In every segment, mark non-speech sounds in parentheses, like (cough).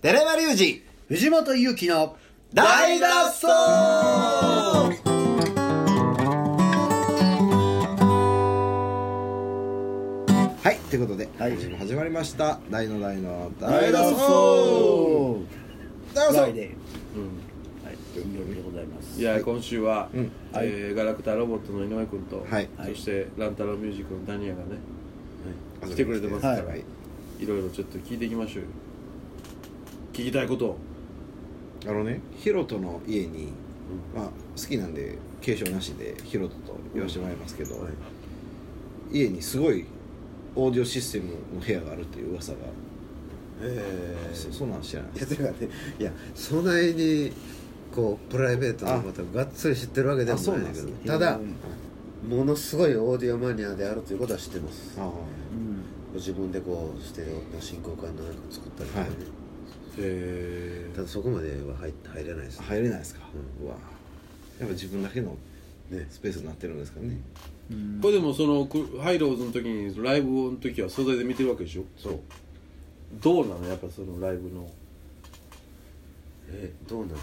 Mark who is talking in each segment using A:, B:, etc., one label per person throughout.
A: 寺山隆
B: 二藤本勇樹の
A: 二大脱走
B: はいということで、
A: はい
B: 今週も始まりました「大の大の
A: 大脱走
B: 大脱
A: 大
B: 走
A: ではい金曜日でございます
C: いや、今週
A: は
C: は、
A: い
C: えーガラクタロボットの井上君と、
B: はい
C: そしてランタロウミュージックのダニアがね、
B: はい
C: 来てくれてますから、
B: はい
C: い、ろいろちょっと聞いていきましょうよ聞きたいことを
B: あのねヒロトの家に、まあ、好きなんで継承なしでヒロトと言わせてもらいますけど、家にすごいオーディオシステムの部屋があるっていう噂が、
D: え
B: そ
D: ー
B: そんなん知らない
D: いやだからねいやそんなにこうプライベートのことがっつり知ってるわけでも
B: あそう
D: な
B: な
D: い
B: んで
D: だけ
B: す
D: ど、
B: ね
D: ただものすごいオーディオマニアであるということは知ってます
B: あ
D: ご自分でこうステレオの進行管のなんか作ったりとかね、
B: はい
C: え
D: ただそこまでは入入れないです
B: あ
D: ね
B: 入れないですか、
D: う
B: うわやっぱ自分だけの
D: ね
B: スペースになってるんですかね
C: ーこれでもそのくハイローズの時にライブの時は素材で見てるわけでしょ
D: そう
C: どうなのやっぱそのライブの
D: えどうなの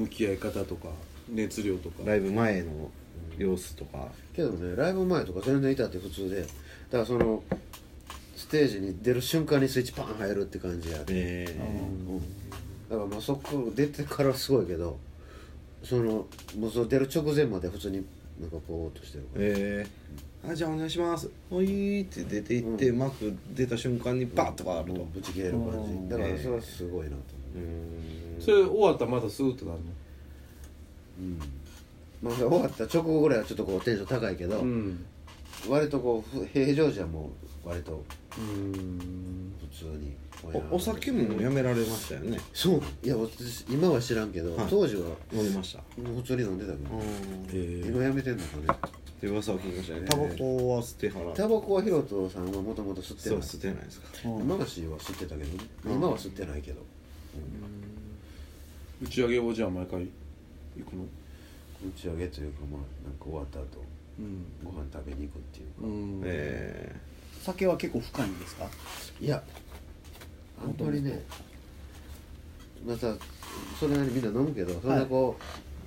C: 向き合い方とか熱量とか
B: ライブ前の様子とか、
D: けどねライブ前とか全然いたって普通でだからそのステージに出る瞬間にスイッチパン入るって感じや
B: え
D: うんだからまあそこ出てからすごいけどそのもうその出る直前まで普通になんかぼーっとしてるから
B: えーあじゃあお願いしますおいーって出ていって、マック出た瞬間にバッとかあると
D: もうぶち切れる感じだからそれはすごいなと思
B: うーん
C: それ終わったらまたすぐってなる
D: う、まあ、終わった直後ぐらいはちょっとこうテンション高いけど、
C: のうん
D: 割とこうふ平常時はもう割と
C: うん
D: 普通に
B: おお酒もやめられましたよね
D: そういや私今は知らんけど、
B: はい
D: 当時はも
B: 飲んでました
D: う普通に飲んでたけど、
B: うん
C: えー
D: 今やめてんのかね
B: って噂を聞きましたね
D: えー
B: タバコは捨て払
D: タ
B: う
D: バコはヒロトさんはもともと吸って
B: そ
D: な
B: う
D: い
B: 捨てないですか
D: 今は吸ってたけどね、今は吸ってないけど
C: 打ち上げをじゃあ毎回行くの
D: 打ち上げというかまあなんか終わった後
C: うん
D: ご飯食べに行くっていう
C: う
D: か、
C: ん
B: え
A: 酒は結構深いんですか
D: いやあんまりねまたそれなりにみんな飲むけどそんなこ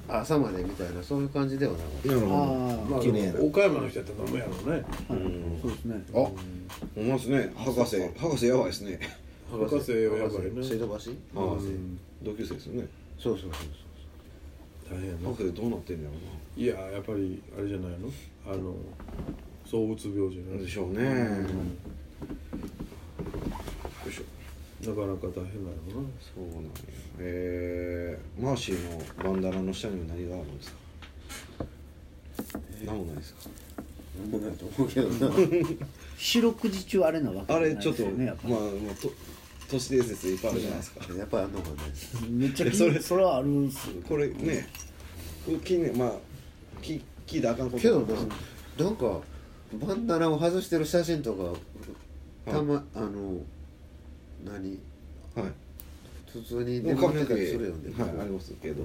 D: う、朝までみたいなそういう感じではなか
B: ーなる
A: あ
B: ほ
C: ま
B: ど
C: あ、
B: 綺麗
C: でも
B: な
C: 岡山の人やったら飲むやろうね
A: あはいそうですね
B: あほんまですね博士博士やばいですね
D: った
C: 博士はやばいね
D: 水道
B: 博
D: 橋
C: う
B: 士
C: ん
B: 同級生ですよね
D: そうそうそうそ
C: 大
D: う
C: 変やな
B: 博士どうなってんのやろ
C: いややっぱりあれじゃないのあの躁うつ病じゃ
B: う
C: な
B: ないんでしょうねよいしょ
C: なかなか大変なのな
B: そうなんやえー、マーシーのバンダナの下には何があるんですか、何もないですか
D: 飲むないと思うけどな
A: 四六時中あれなわけ
B: あれ
A: ない
B: ちょ
A: で
B: っと、
A: すよねやっぱ
B: まあ、まあ、と都市伝説いっぱいあるじゃないですか
D: (laughs) やっぱりあんのかね
A: めっちゃ気
B: そ
A: に
B: れ
A: それはあるんすよ
B: これねこれ気にまあ聞聞いたらあかんこと
D: けどななんかバンダナを外してる写真とかたま、あの何
B: はい
D: 普通
B: で
D: に出
B: も髪
D: 回って
B: の毛は
D: たりす
B: い
D: るよね、
B: ありますけど、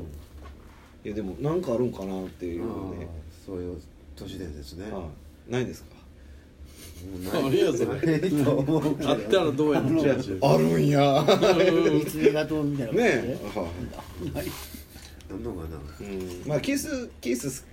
B: いやでもなんかあるんかなっていう
D: あ
B: ね
D: あそういう都市伝説ね、
B: はいないですか
D: もうな
C: あ
D: い
C: いやそれ
D: ないと思うけど
C: あったらどうやの違う違う
B: あるん (laughs) や
A: 狐がどうみたいな
B: ね
A: 感じで
B: え、はい
D: あんのかな
B: うんまあキスキス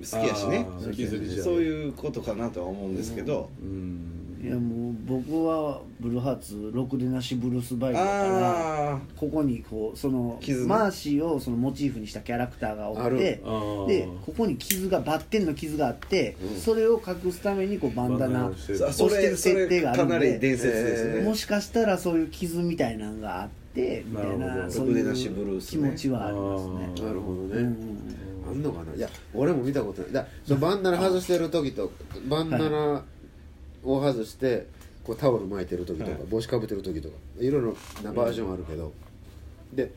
B: 好きやしね
C: あーキス好きじゃん
B: そういうことかなとは思うんですけど、
C: うん
A: いやもう僕はブルーハーツろくでなしブルースバイクだから
B: あ
A: ここにこうその
B: 傷ね
A: マーシーをそのモチーフにしたキャラクターがお
D: あ
A: っ
D: る
A: て
C: あー
A: でここに傷がバッテンの傷があって、それを隠すためにこうバンダナ
C: バンダナをして
B: あ
C: る
B: さそ
A: 押して
B: れ
A: る
B: そ
A: 設定
B: れ
A: があ
B: か
A: るんで
B: なり伝説ですね、
A: もしかしたらそういう傷みたいなのがあってみたい
C: なるほ
A: な
C: ど
A: そう
B: ろくでなしブ
A: い
B: ル
A: う
B: ース
A: 気
B: ね
A: 持ちはありますね
C: あー
D: なるほどね、
A: うん
D: あんのかないや俺も見たことないだそのバンダナ外してる時とバンダナを外してこうタオル巻いてる時とか、
B: はい
D: 帽子かぶってる時とかいろいろなバージョンあるけど、で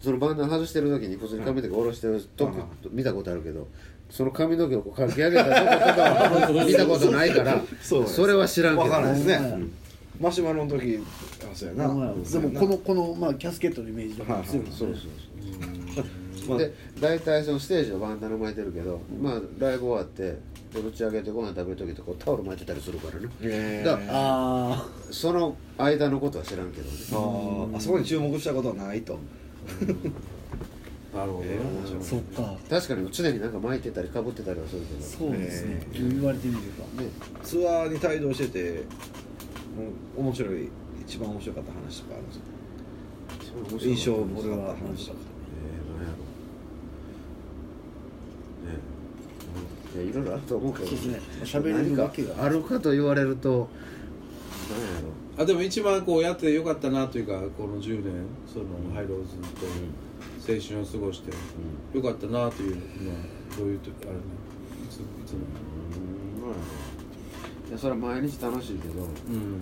D: そのバンダナ外してる時に普通に髪の毛下ろしてる時、
B: はい
D: 見たことあるけどその髪の毛をこうかき上げたとことかは見たことないから
B: (laughs) そうです
D: れは知らんけ
B: わ
D: ど
B: からないですね、
A: うん
B: うんマシュマロの時あそうやな、
A: まあで
B: そうや
A: も
B: な
A: このこの、まあ、キャスケットのイメージとか強いです
D: そう
A: ね
D: そうそう
B: まあ
D: で大体そのステージはバンダナ巻いてるけど、まあライブ終わってでぶち上げてご飯食べる時とこうタオル巻いてたりするからね
B: へー
D: だから
A: あ
D: その間のことは知らんけどね
B: あーあそこに注目したことはないと
D: なるほどね
A: あそっか
D: 確かに常になんか巻いてたりかぶってたりはするけど
A: そうですね、
B: え
A: 言われてみれば
D: ね
B: ツアーに帯同しててうん面白い一番面白かった話とかあるんですか印象
D: ね
B: 深かった話とか
D: え何やろねえうんいやいろいろあると思うけど
A: そうですね喋れるわけが
D: 何かあるかと言われると何やろ
C: あでも一番こうやってよかったなというかこの10年そのハイローズと青春を過ごしてよかったなというのはどういうとあれねいついつも
D: うん何やろいやそれは毎日楽しいけど
C: うん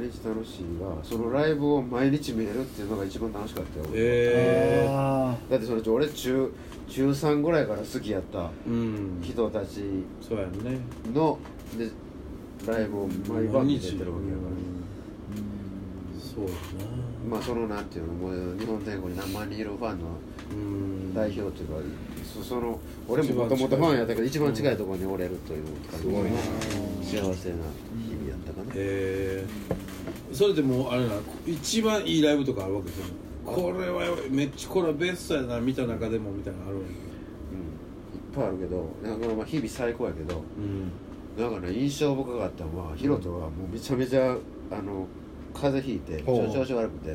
D: 毎日楽しいはそのライブを毎日見れるっていうのが一番楽しかったよ、
C: ええ
A: あ
D: だってそれ俺中中3ぐらいから好きやった
C: うん
D: 人たち
C: そうやね
D: のでライブを毎晩見ててるわけやから、
C: うんそうやな
D: まあそのなんていうのもう日本全国に何万人いるファンの
C: うん
D: 代表というか、そその俺ももともとファンやったけど一番近いところにおれるという感
B: す
D: じ、
B: ごいな
D: 幸せな日々やったかな、
C: えー、それでもうあれな一番いいライブとかあるわけですよねこれはやばいめっちゃこれはベストやな見た中でもみたいなのあるわ
D: うん、いっぱいあるけどなんかまあ日々最高やけど
C: けうん
D: なんかね印象深かったのはヒロトはもうめちゃめちゃあの風邪ひいてち
B: ほ
D: ょ
B: う
D: 調子悪くて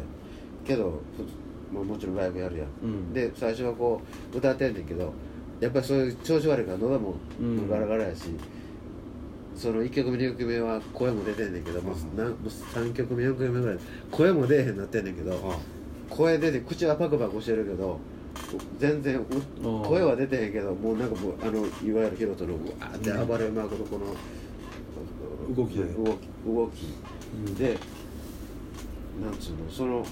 D: けどふもうもちろんライブやるやん、
C: うん
D: で最初はこう歌ってんねんけどやっぱりそういう調子悪いから喉も
C: うん
D: ガラガラやし、その1曲目2曲目は声も出てんねんけど、もうなんもう3曲目4曲目ぐらい声も出えへんなってんねんけど、声出て口はパクパクしてるけど全然う
C: ああ
D: 声は出てへんけどもうなんかもうあのいわゆるヒロトのうわーって暴れまくるこの
C: 動きで
D: 動き動きでなんつうのその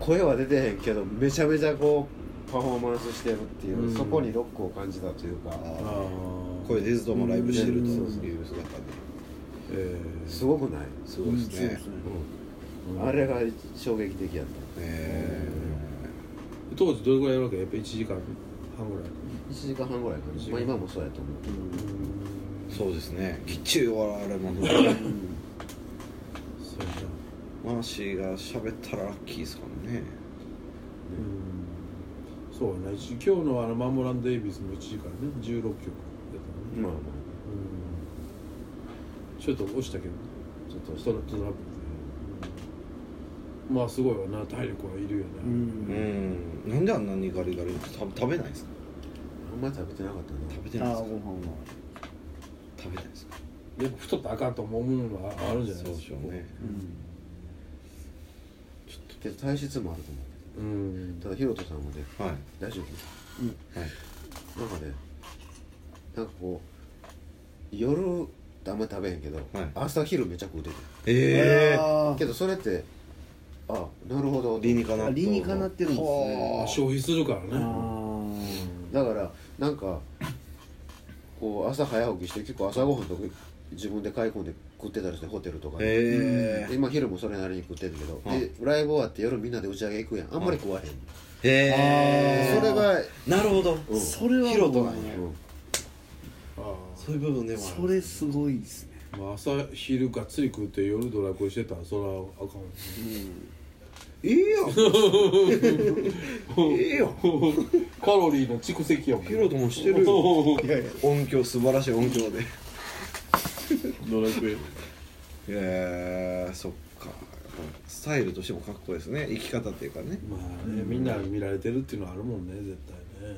D: 声は出てへんけどめちゃめちゃこうパフォーマンスしてるっていう、
C: うん
D: そこにロックを感じたというか
B: あ
C: あ
B: ー
C: あ
B: 声出ずともライブしてると
D: うん
B: いう姿で
C: えー、
D: すごくない、
B: すごいですね
D: うんあれが衝撃的やった
B: え
C: 当時どれぐらいやるわけやっぱ1時間半ぐらい
D: 1時間半ぐらいか
C: 一時
D: な、
C: 間
D: まあ、今もそうやと思う、
C: うん
B: そうですねきっちり終わられます
C: そうやな
B: マーシーが喋ったらラッキーですからね
C: うんそうやな一今日のあのマンモランデイビスも1時間ね16曲やったね
D: まあま
C: うんちょっと押したけど
D: あちょっと
C: ストラップトラップでまあすごいわな体力はいるよね
A: あうん
B: うんなんであんなにガリガリ食べ食べないんですか
D: あんまり食べてなかったな
B: 食べて
A: あ
B: ないん
A: ー
B: です
A: ご
B: か
A: 飯は
B: 食べないんですか
C: やっぱ太ったらあかんと思うのはあるんじゃない
B: そう
C: で
B: ですし
C: か
B: ょうね
D: けど体質もあると思
C: うん
D: うただヒロトさんもね
B: はい
D: 大丈夫
B: はい
D: なんかねなんかこう夜あんま食べへんけど、
B: い
D: 朝昼めちゃ食うてて
B: ええ
A: あ
D: けどそれってあなるほど
B: 理にかな
A: ー理にかなってるんです
C: あ
A: ね
C: 消費するから
A: あ
C: ね
A: ー
D: だからなんかこう朝早起きして結構朝ごはんとか自分で買い込んで食ってたりしてホテルとかで、
B: え
D: 今昼もそれなりに食ってんだけど、
B: はい
D: でライブ終わって夜みんなで打ち上げ行くやんあんまり食わへん、
B: ええ
A: あ
B: え
A: ー
D: それが
B: なるほど
D: うん
A: それは
B: ヒロトなんや
D: うん
C: あ
B: そういう部分でもある
A: それすごいですね
C: あまあ朝昼がっつり食って夜ドラクエしてたらそれはあかん (laughs)
B: いいやんええやん
C: カロリーの蓄積やもん
B: ヒロトもしてるよ音響素晴らしい音響で
C: ドラクエ
B: ええそっかスタイルとしてもかっこいいですね生き方っていうかね
C: まあねみんなに見られてるっていうのはあるもんね絶対ね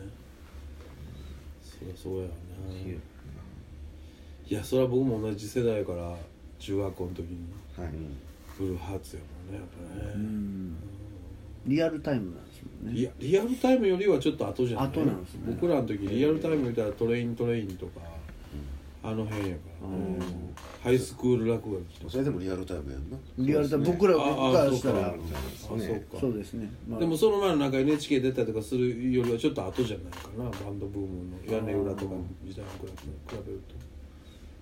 C: そりゃそうやわないやそれは僕も同じ世代やから中学校の時に
B: はい
C: ブルーハーツやもんねやっぱね、
A: リアルタイムなんですもんね
C: いやリアルタイムよりはちょっと後じゃない
A: 後なんですね
C: 僕らの時リアルタイム見たらトレイントレインとか、あの辺やからね、ハイスクール落語の人
D: それでもリアルタイムやんな
A: リアルタイム僕ら僕からしたら
C: そうかそうか
A: そうですねまあ
C: でもその前のなんか NHK 出たりとかするよりはちょっと後じゃないかなバンドブームの屋根裏とかの時代に比べ比べると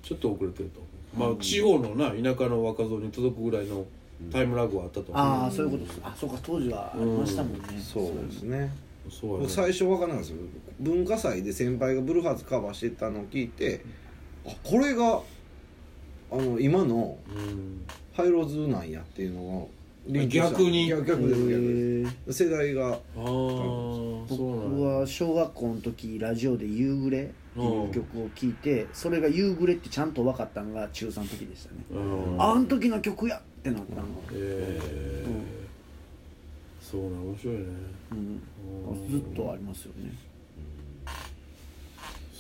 C: ちょっと遅れてると思う、まあ地方のな田舎の若造に届くぐらいのタイムラグはあったと思う、
A: ああそういうことですあそうか当時はありましたもんね
B: そうですね
C: うそうや
B: 僕
C: ね
B: 最初分からなかったですよ文化祭で先輩がブルーハーツカバーしてたのを聞いてあこれがあの今の
C: うん
B: ハイローズなんやっていうのを
C: 逆に
B: 逆逆です逆です世代が
C: ああそうなん
A: 僕
C: や
A: は小学校の時ラジオで「夕暮れ」っていう曲を聴いてそれが「夕暮れ」ってちゃんと分かったのが中3の時でしたね
C: うん
A: あん時の曲やってなったの、
C: ええそうなん面白いね
A: うん
C: うん
A: ずっとありますよね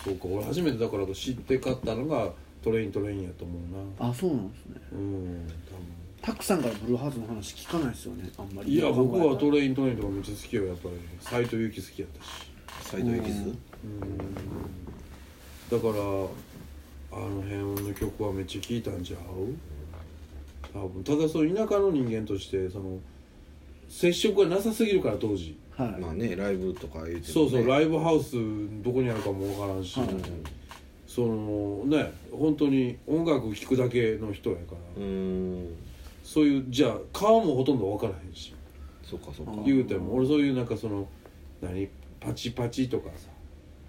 C: そうか俺初めてだから知って買ったのがトレイントレインやと思うな
A: あそうなんですね
C: うん多分
A: たくさんからブルーハーツの話聞かないですよねあんまり
C: いや僕はト
A: れ
C: レイントレインとかめっちゃ好きよやっぱり斎藤佑樹好きやったし
B: 斎藤由貴
A: う
B: 図
A: ん
C: だからあの辺の曲はめっちゃ聴いたんちゃう多分ただその田舎の人間としてその接触がなさすぎるから当時
A: はい、
B: まあねライブとか言ってもね
C: そうそう
B: イ
C: ライブハウスどこにあるかもわからんし、
A: はい
C: そのね本当に音楽聴くだけの人やから、
B: うーん
C: そういうじゃあ顔もほとんどわからへんし
B: そっかそっか
A: うん
C: 言うても俺そういうなんかその何パチパチとかさ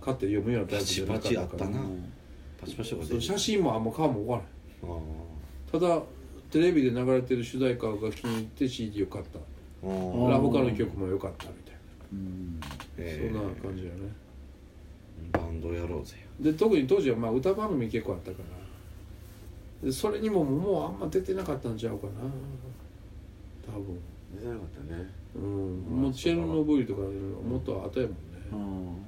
C: 買って読むようなタイプじゃなかったから
B: パチパチあったな
A: うん
B: パチパチとか出
C: そう
B: てる
C: 写真もあんま顔もわからへん
B: あー
C: ただテレビで流れてる主題歌が気に入って CD を買った
B: あ
A: あ
B: ー
A: ー
C: ラボカの曲も良かったみたいな、
A: うん
B: えー
C: そんな感じだよね
B: バンドやろうぜ
C: で特に当時はまあ歌番組結構あったからでそれにももうあんま出てなかったんちゃうかな多分
D: 出てなかったね
C: うんもうチェルノブイリとかもっと後やもんね、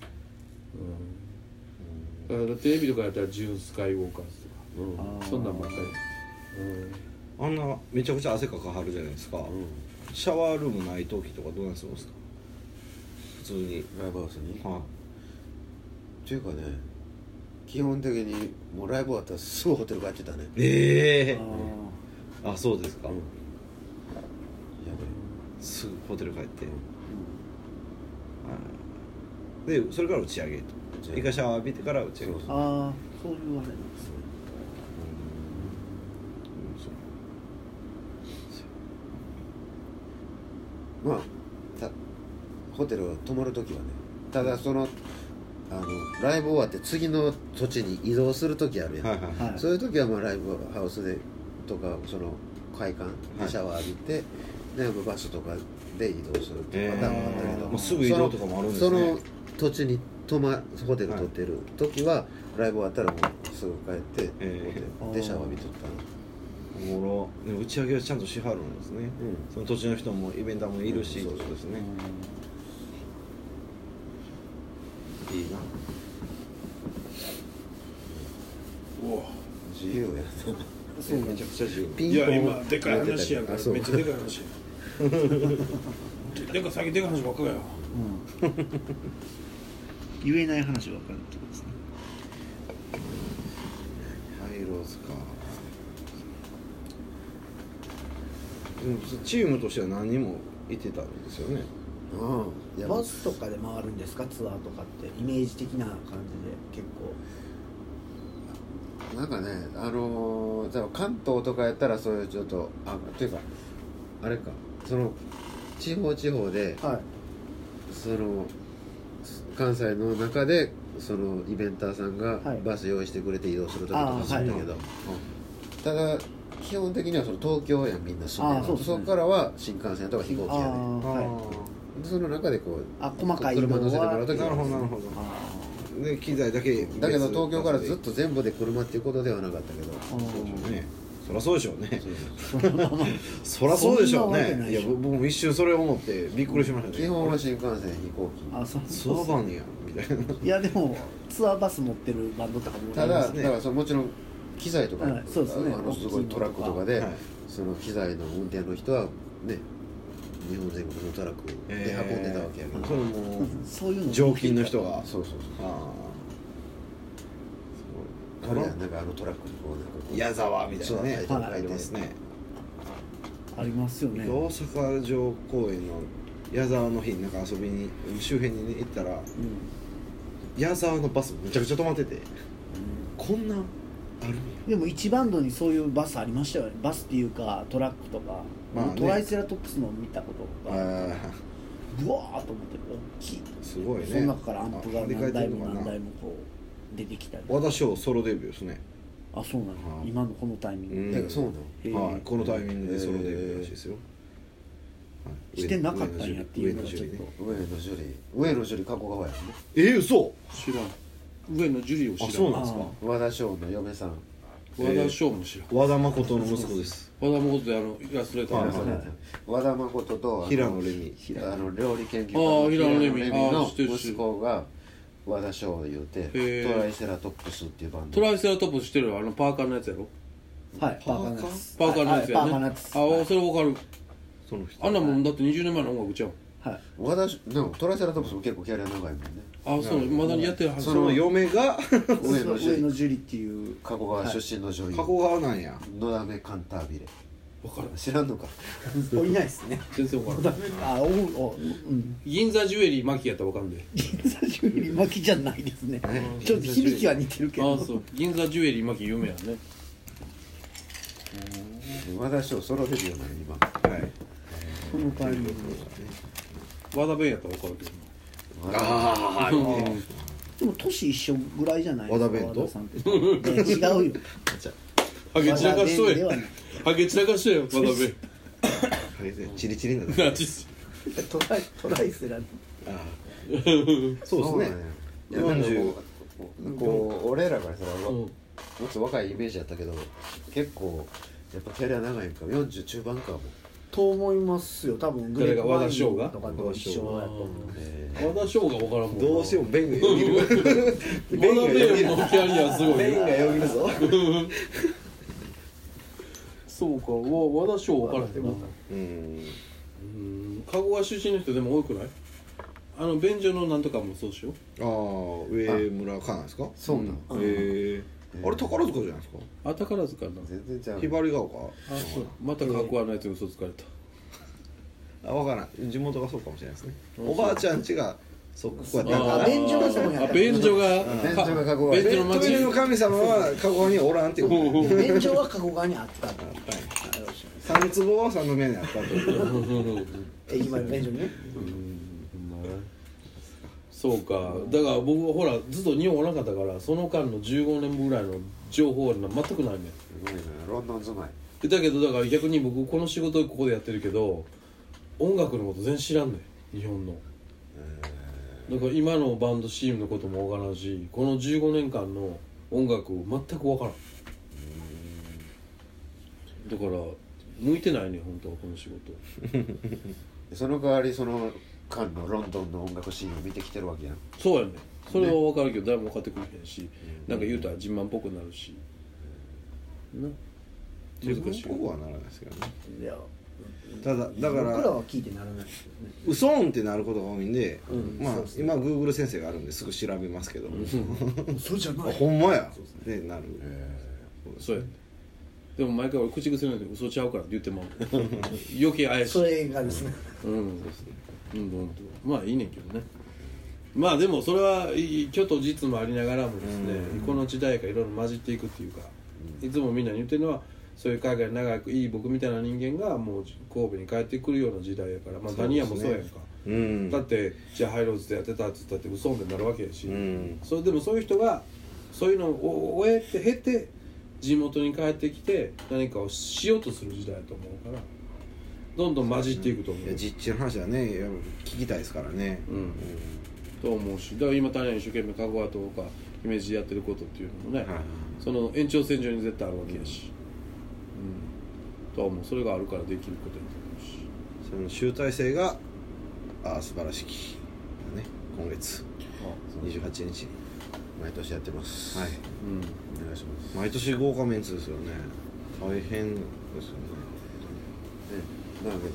A: うん
C: うんだからテレビとかやったら「ジューン・スカイウォーカーズ」とか、
A: あー
C: そんなんばっかり、
B: あんなめちゃくちゃ汗かかはるじゃないですか、シャワールームない時とかどうなんすか普通に
D: ライブハウスに
B: は
D: っていうかね基本的にもうライブ終わったらすぐホテル帰ってたね
B: いええ
A: あ
B: あそうですか、
D: うんや
B: すぐホテル帰って、はいでそれから打ち上げと
D: 打ち上げ
B: 一回シャワー浴びてから打ち上げ
D: そう
B: う
A: ーあーそういうあれなんですね
B: んそう
D: べえまあたホテルを泊まる時はねただそのあのライブ終わって次の土地に移動する時あるやん、
B: はいはい、
A: はい
D: そういう時はまあライブハウスでとかその会館
B: はい
D: でシャワー浴びて、でバスとかで移動するってい
B: え
D: うパターンもあったけど、
B: ーもうすぐ移動とかもあるんですね
D: その土地に泊まホテル取ってる時は、ライブ終わったらもうすぐ帰って、
B: え
A: ー
D: ホテルでシャワー浴びとったの
B: おもろで打ち上げはちゃんとしはるんですね、
D: うん
B: その土地の人もイベントもいるし、
D: うん
B: そうですね、いいな
C: うんうわ
D: 自由や
A: そうなん
B: め
A: で
B: ちゃ
A: す
B: くちゃ自由
D: ピ
C: いや今でかい話やから
D: あそう
C: めっちゃでかい話や
B: (laughs)
C: ででか先でかい話ばっか
A: う
C: や
A: ん言えない話分かるってことですね
B: ハイローズかでもチームとしては何人もいてたんですよね
D: うんいや
A: バスとかで回るんですかツアーとかってイメージ的な感じで結構
D: なんかねあのー、多分関東とかやったらそういうちょっとあというかあれかその地方地方で
A: はい
D: その関西の中でそのイベンターさんが
A: はい
D: バス用意してくれて移動する時と
A: あ
D: か
A: ー
D: するんだけど、ただ基本的にはその東京やんみんな住んで
A: あー
D: る
A: そ
D: そう
A: ですね
D: こからは新幹線とか飛行
A: あ
D: 機やね
A: あはい
D: その中でこう
A: あ細かい
D: 車乗せてもらう
B: な
D: 時
B: る
D: は
B: ほどなるほど
A: あ
B: で機材だけ
D: だけど東京からずっと全部で車っていうことではなかったけど
A: ーうん
B: ねそりゃそうでしょうねそり
A: ら
B: ゃそう
A: そ
B: う
A: で
B: で
A: し
B: し
A: ょ
B: ょ
A: う
B: う
A: ね
B: ねいや僕も一瞬それを思ってびっくりしましたね
D: 基本は新幹線飛行機
A: あそう
B: そうなんやみたいない
A: やでもツアーバス持ってるバンドとかも
D: た
A: ありま
D: だ、
A: す
B: ね
D: だからそのもちろん機材とか、
A: はいそうですね
D: あのすごいトラックとかで、
B: はい
D: その機材の運転の人はね日本全国のトラックで運んでたわけやけど、
B: それも
A: そういうの
B: 常勤の人が
D: そうそうそ
B: あ
D: うあれやんなんかあのトラックにこうなんかこ
B: あ
D: う
B: 矢沢みたいなね
D: そ
B: あ
D: う
B: りますね
A: ありますよね
B: 大阪城公園の矢沢の日になんか遊びに周辺に、ね、行ったら
A: うん
B: 矢沢のバスめちゃくちゃ止まってて、こんなんあるんや
A: でも一バンドにそういうバスありましたよねバスっていうかトラックとか
B: まあね
A: トライセラトップスも見たこと
B: あ
A: が
B: ー
A: ブワーッと思って大きい
B: すごいね
A: その中からアンプが
B: あ張り替
A: 何
B: えて
A: 台
B: るの
A: も
B: かな
A: 何台もこう出てきたり
B: 和田翔ソロデビューですね、
A: あそうなの
B: あ
A: 今のこのタイミング、
B: うん
D: えそうなの
A: へえ
B: はい、このタイミングでソロデビューらしいですよ、はい
A: してなかったんやっていうのがちょっ
B: 上の順位
A: と
B: ね
D: 上野樹里上野樹里加古川やんね
B: えー、嘘
C: 知らん上野樹里を知らん
B: あそうなんですか
A: あ
D: 和田翔の嫁さん
C: 和田翔も知らん
B: 和田誠の息子です
C: 和田もことであのイラストレーターの
B: はい
C: あ
D: 和田誠とあの
B: 平野レミ
D: あの料理研究
C: あー
D: 家
C: 平野
D: の
C: レ
D: 平
C: ミ
D: 野レミ
C: あー
D: の
C: 知ってる知ってる
D: 息子が和田翔を言うて
C: へー
D: トライセラトップスっていうバンド
C: トライセラトップしてるあのパーカーのやつやろ
A: はいパーカーナッツ
C: パーカーのやつや
A: はいパー
C: ね
A: カーナッ
C: あ
A: ツ
C: それわかる
B: その人
C: あんなもんだって20年前の音楽ちゃう
A: はい
D: 和田でもトライセラトップスも結構キャリア長いもんね
C: あそうまだにやってるはず
B: その嫁が
D: 上野樹
A: 上
D: 里
A: 野樹里っていう
D: 加古川出身の女優
B: 加古川なんや
D: のだめカンタービレ
C: わからん
D: 知らんのか
A: おいないですね
C: 全然わか
B: (laughs)
C: らん
A: あおおうん
C: 銀座ジュエリーマキやったらわかんね
A: 久しぶりに巻きじゃないですねちょっと響きは似てるけ
C: あ
A: ど
C: そう銀座ジュエリーマキ有名やね
D: 和田翔ソロデビューなの今
B: はい
A: このタイミング
C: 和田弁やったらわかるけどな
B: ああ
A: でも年一緒ぐらいじゃない
B: 和田弁と
A: 和さんっ
C: (laughs)
A: ていや違うよ
C: ハゲ散らかしそう
A: 和田弁で
C: や
A: はない
C: ハゲ散らかしそうや和田弁
B: チリチリにな
C: ナ
B: る
C: チス
A: トライトライセラの
B: あーそうですね
D: いやなんか
B: 40
D: こうこう俺らからさ、
C: う
D: も
C: ん
D: っと若いイメージやったけど結構やっぱキャリア長いんか40中盤かも
A: と思いますよ多分
C: 誰が和田翔が
A: とかと一緒やと思う
C: 和田翔がわからんもんな
B: どうしようベンがよぎ (laughs) る
C: 和田弁のキャリアすごい
B: ベン
C: よ
B: がよぎるぞ
C: (laughs) そうかわ和田翔わからんけどな
B: うん
C: うん鹿児島出身の人でも多くないあの便所のなんとかもそうしよう
B: ああ上村かなですか
D: そうなの
B: ええあれ宝塚じゃないですか
C: あ宝塚な
D: 全然ちゃう
B: ひばりが丘
C: あそうまた格好のやつに嘘つかれた
B: あ分からん地元がそうかもしれないですねおばあちゃん家がそこやった
A: あ
B: から
A: 便所がそうや
C: あ便所が
D: 便所が加古川
C: 便所の
B: トイレの
C: 町
B: 神様は加護におらんってことね
A: 便所は加古川にあったの
B: 三坪は三宮にあったという
A: 駅前の便所にね
C: そうかだから僕はほらずっと日本おらんかったからその間の15年分ぐらいの情報は全くないね
D: すごいなロンドン住まい
C: んだけどだから逆に僕この仕事をここでやってるけど音楽のこと全然知らんねん日本のだから今のバンド CM のこともわからんしこの15年間の音楽を全くわからんだから向いてないね本当はこの仕事
D: その代わりその間のロンドンの音楽シーンを見てきてるわけやん
C: そうやねそれは分かるけど誰も分かってくれへんし、なんか言うたら自慢っぽくなるし、な難しい
B: 僕はならないですけどね
A: いや
B: ただだか
A: 僕ら
B: ら
A: は聞いてならないですよね
B: うそんってなることが多いんで
A: うん
B: まあ
A: そうですね
B: 今 Google 先生があるんですぐ調べますけど
A: そうじゃ
B: あ
A: な
B: ほんまやってなる
C: そうやねでも毎回俺口癖なんで嘘ちゃうからって言っても (laughs) 余計怪し
A: そ
C: い
A: れがですね
C: うんそうですねうんほんとまあいいねんけどねまあでもそれはいい虚と実もありながらもですね、この時代がいろいろ混じっていくっていうか、いつもみんなに言ってるのはそういう海外長くいい僕みたいな人間がもう神戸に帰ってくるような時代やからまあダニアもそうやんか、
B: うん
C: だってじゃあハイローズでやってたっつったって嘘になるわけやし、
B: うん
C: それでもそういう人がそういうのを終えて経て地元に帰ってきて何かをしようとする時代だと思うからどんどん混じっていくと思う
B: いや実地の話はねやっぱ聞きたいですからね
C: うんと思うしだから今種に一生懸命香川とか姫路でやってることっていうのもね、
B: はい
C: その延長線上に絶対あるわけやし、うん、とは思うそれがあるからできることやと思うし
B: その集大成があー素晴らしきだね今月28日に
D: 毎年やってます
B: はい
C: うん
D: お願いします
B: 毎年豪華メンツですよね大変ですよね
D: ねだけどね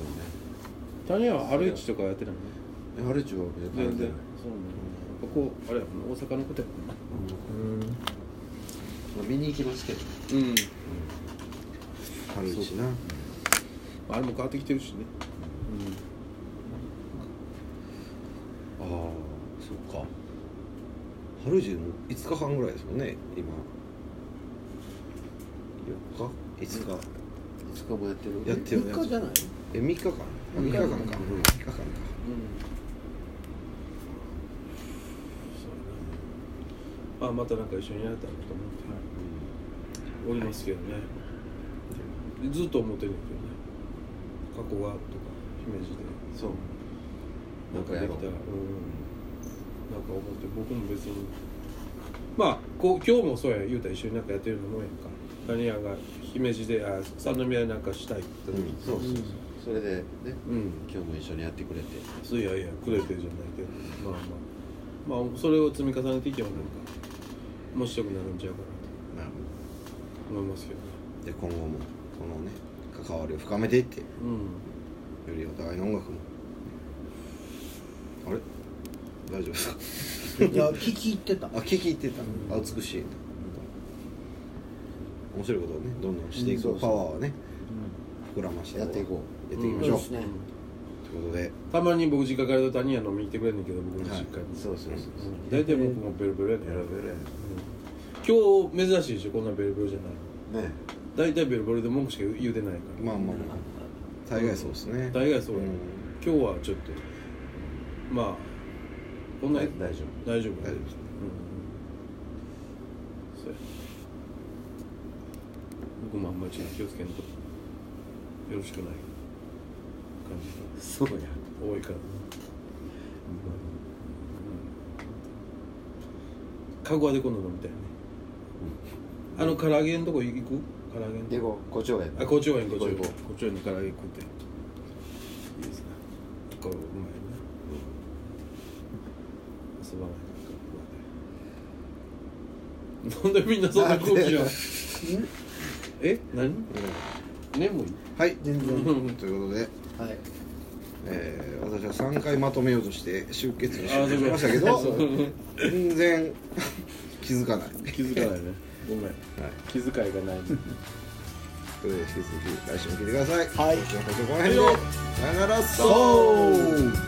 C: 種は春市とかやってないのね
D: えハルチは別に
C: 全然そうなんだここあれやもんな大阪のことやもんな
D: 見に行きますけど
C: うん
B: 春一な
C: あれも変わってきてるしね
B: ああそっか春一も5日半ぐらいですもんね今4日5日
D: いつかもやってる
B: やってる
A: 3日じゃない
B: ええ3日間あ3日間か3日間か
C: そうやなまあまたなんか一緒にやれたらと思っておりますけどね、ずっと思ってるんですよね過去がとか姫路で
D: そう
C: なんかできたらうんなんか思って僕も別にまあこう今日もそうや言うたら一緒になんかやってるようなもんやんか何やが姫路であ三宮でなんかしたいって言った時
D: そうそうそうそれでね
C: うん
D: 今日も一緒にやってくれて
C: そういやいやくれてるじゃないけどまあまあまあそれを積み重ねていけばなんか面白くなるんちゃうかな
B: なるほ
C: と思いますけどね
B: どで今後もこのね関わりを深めていってよ
C: うん
B: りお互いの音楽もあれ大丈夫ですか
A: いや聞き入ってた
B: あ聞き入ってたあ美しい面白いことをねどんどんしていく
D: うん
B: パ
D: そうそう
B: ワーをね膨らまして
D: やっていこ
B: うやっていきましょう
A: うんそうですね
B: ということで
C: たまに僕実家帰ると谷屋飲みに来てくれんねんけど僕の実家に、
D: うそうそうそう
C: うん大体僕もベロベロやねん
D: ベロベロや
C: 今日珍しいでしょこんなベロベロじゃない
D: ね
C: 大体ベロベロで文句しか言うてないか
B: まあまあまあ大概そうですね
C: ら大概そうや、
B: ん
C: 今日はちょっとまあこんな
D: 大丈
C: 大丈夫
B: 大丈夫です
C: うんそうや僕もあんまりちょっと気をつけんとよろしくない感じ
D: 夫そうや
C: が多いからな、うん、かぐわで今度飲みたいね、あの唐揚げのとこ行く唐揚げのとこ
D: でこう胡蝶や
C: あ、校長園、校長園、
D: こ
C: 校
D: うこ
C: 長園の唐揚げ食って。いいですね。これ、うまいよね。遊ばないから。ここでなんでみんなそんな空気じゃん。
D: (laughs)
C: え、何、眠い。
B: はい
A: 全然
B: ということで
A: はい
B: えー私は3回まとめようとして出血をし
C: あそうか
B: ましたけど
C: そう
B: 全然 (laughs) 気づかない
C: 気づかないね。ごめん。気遣いがない。
B: ということで引き続き来週も聞いてください
A: はい
B: 今週はこの辺でさよなら
C: そう
B: そう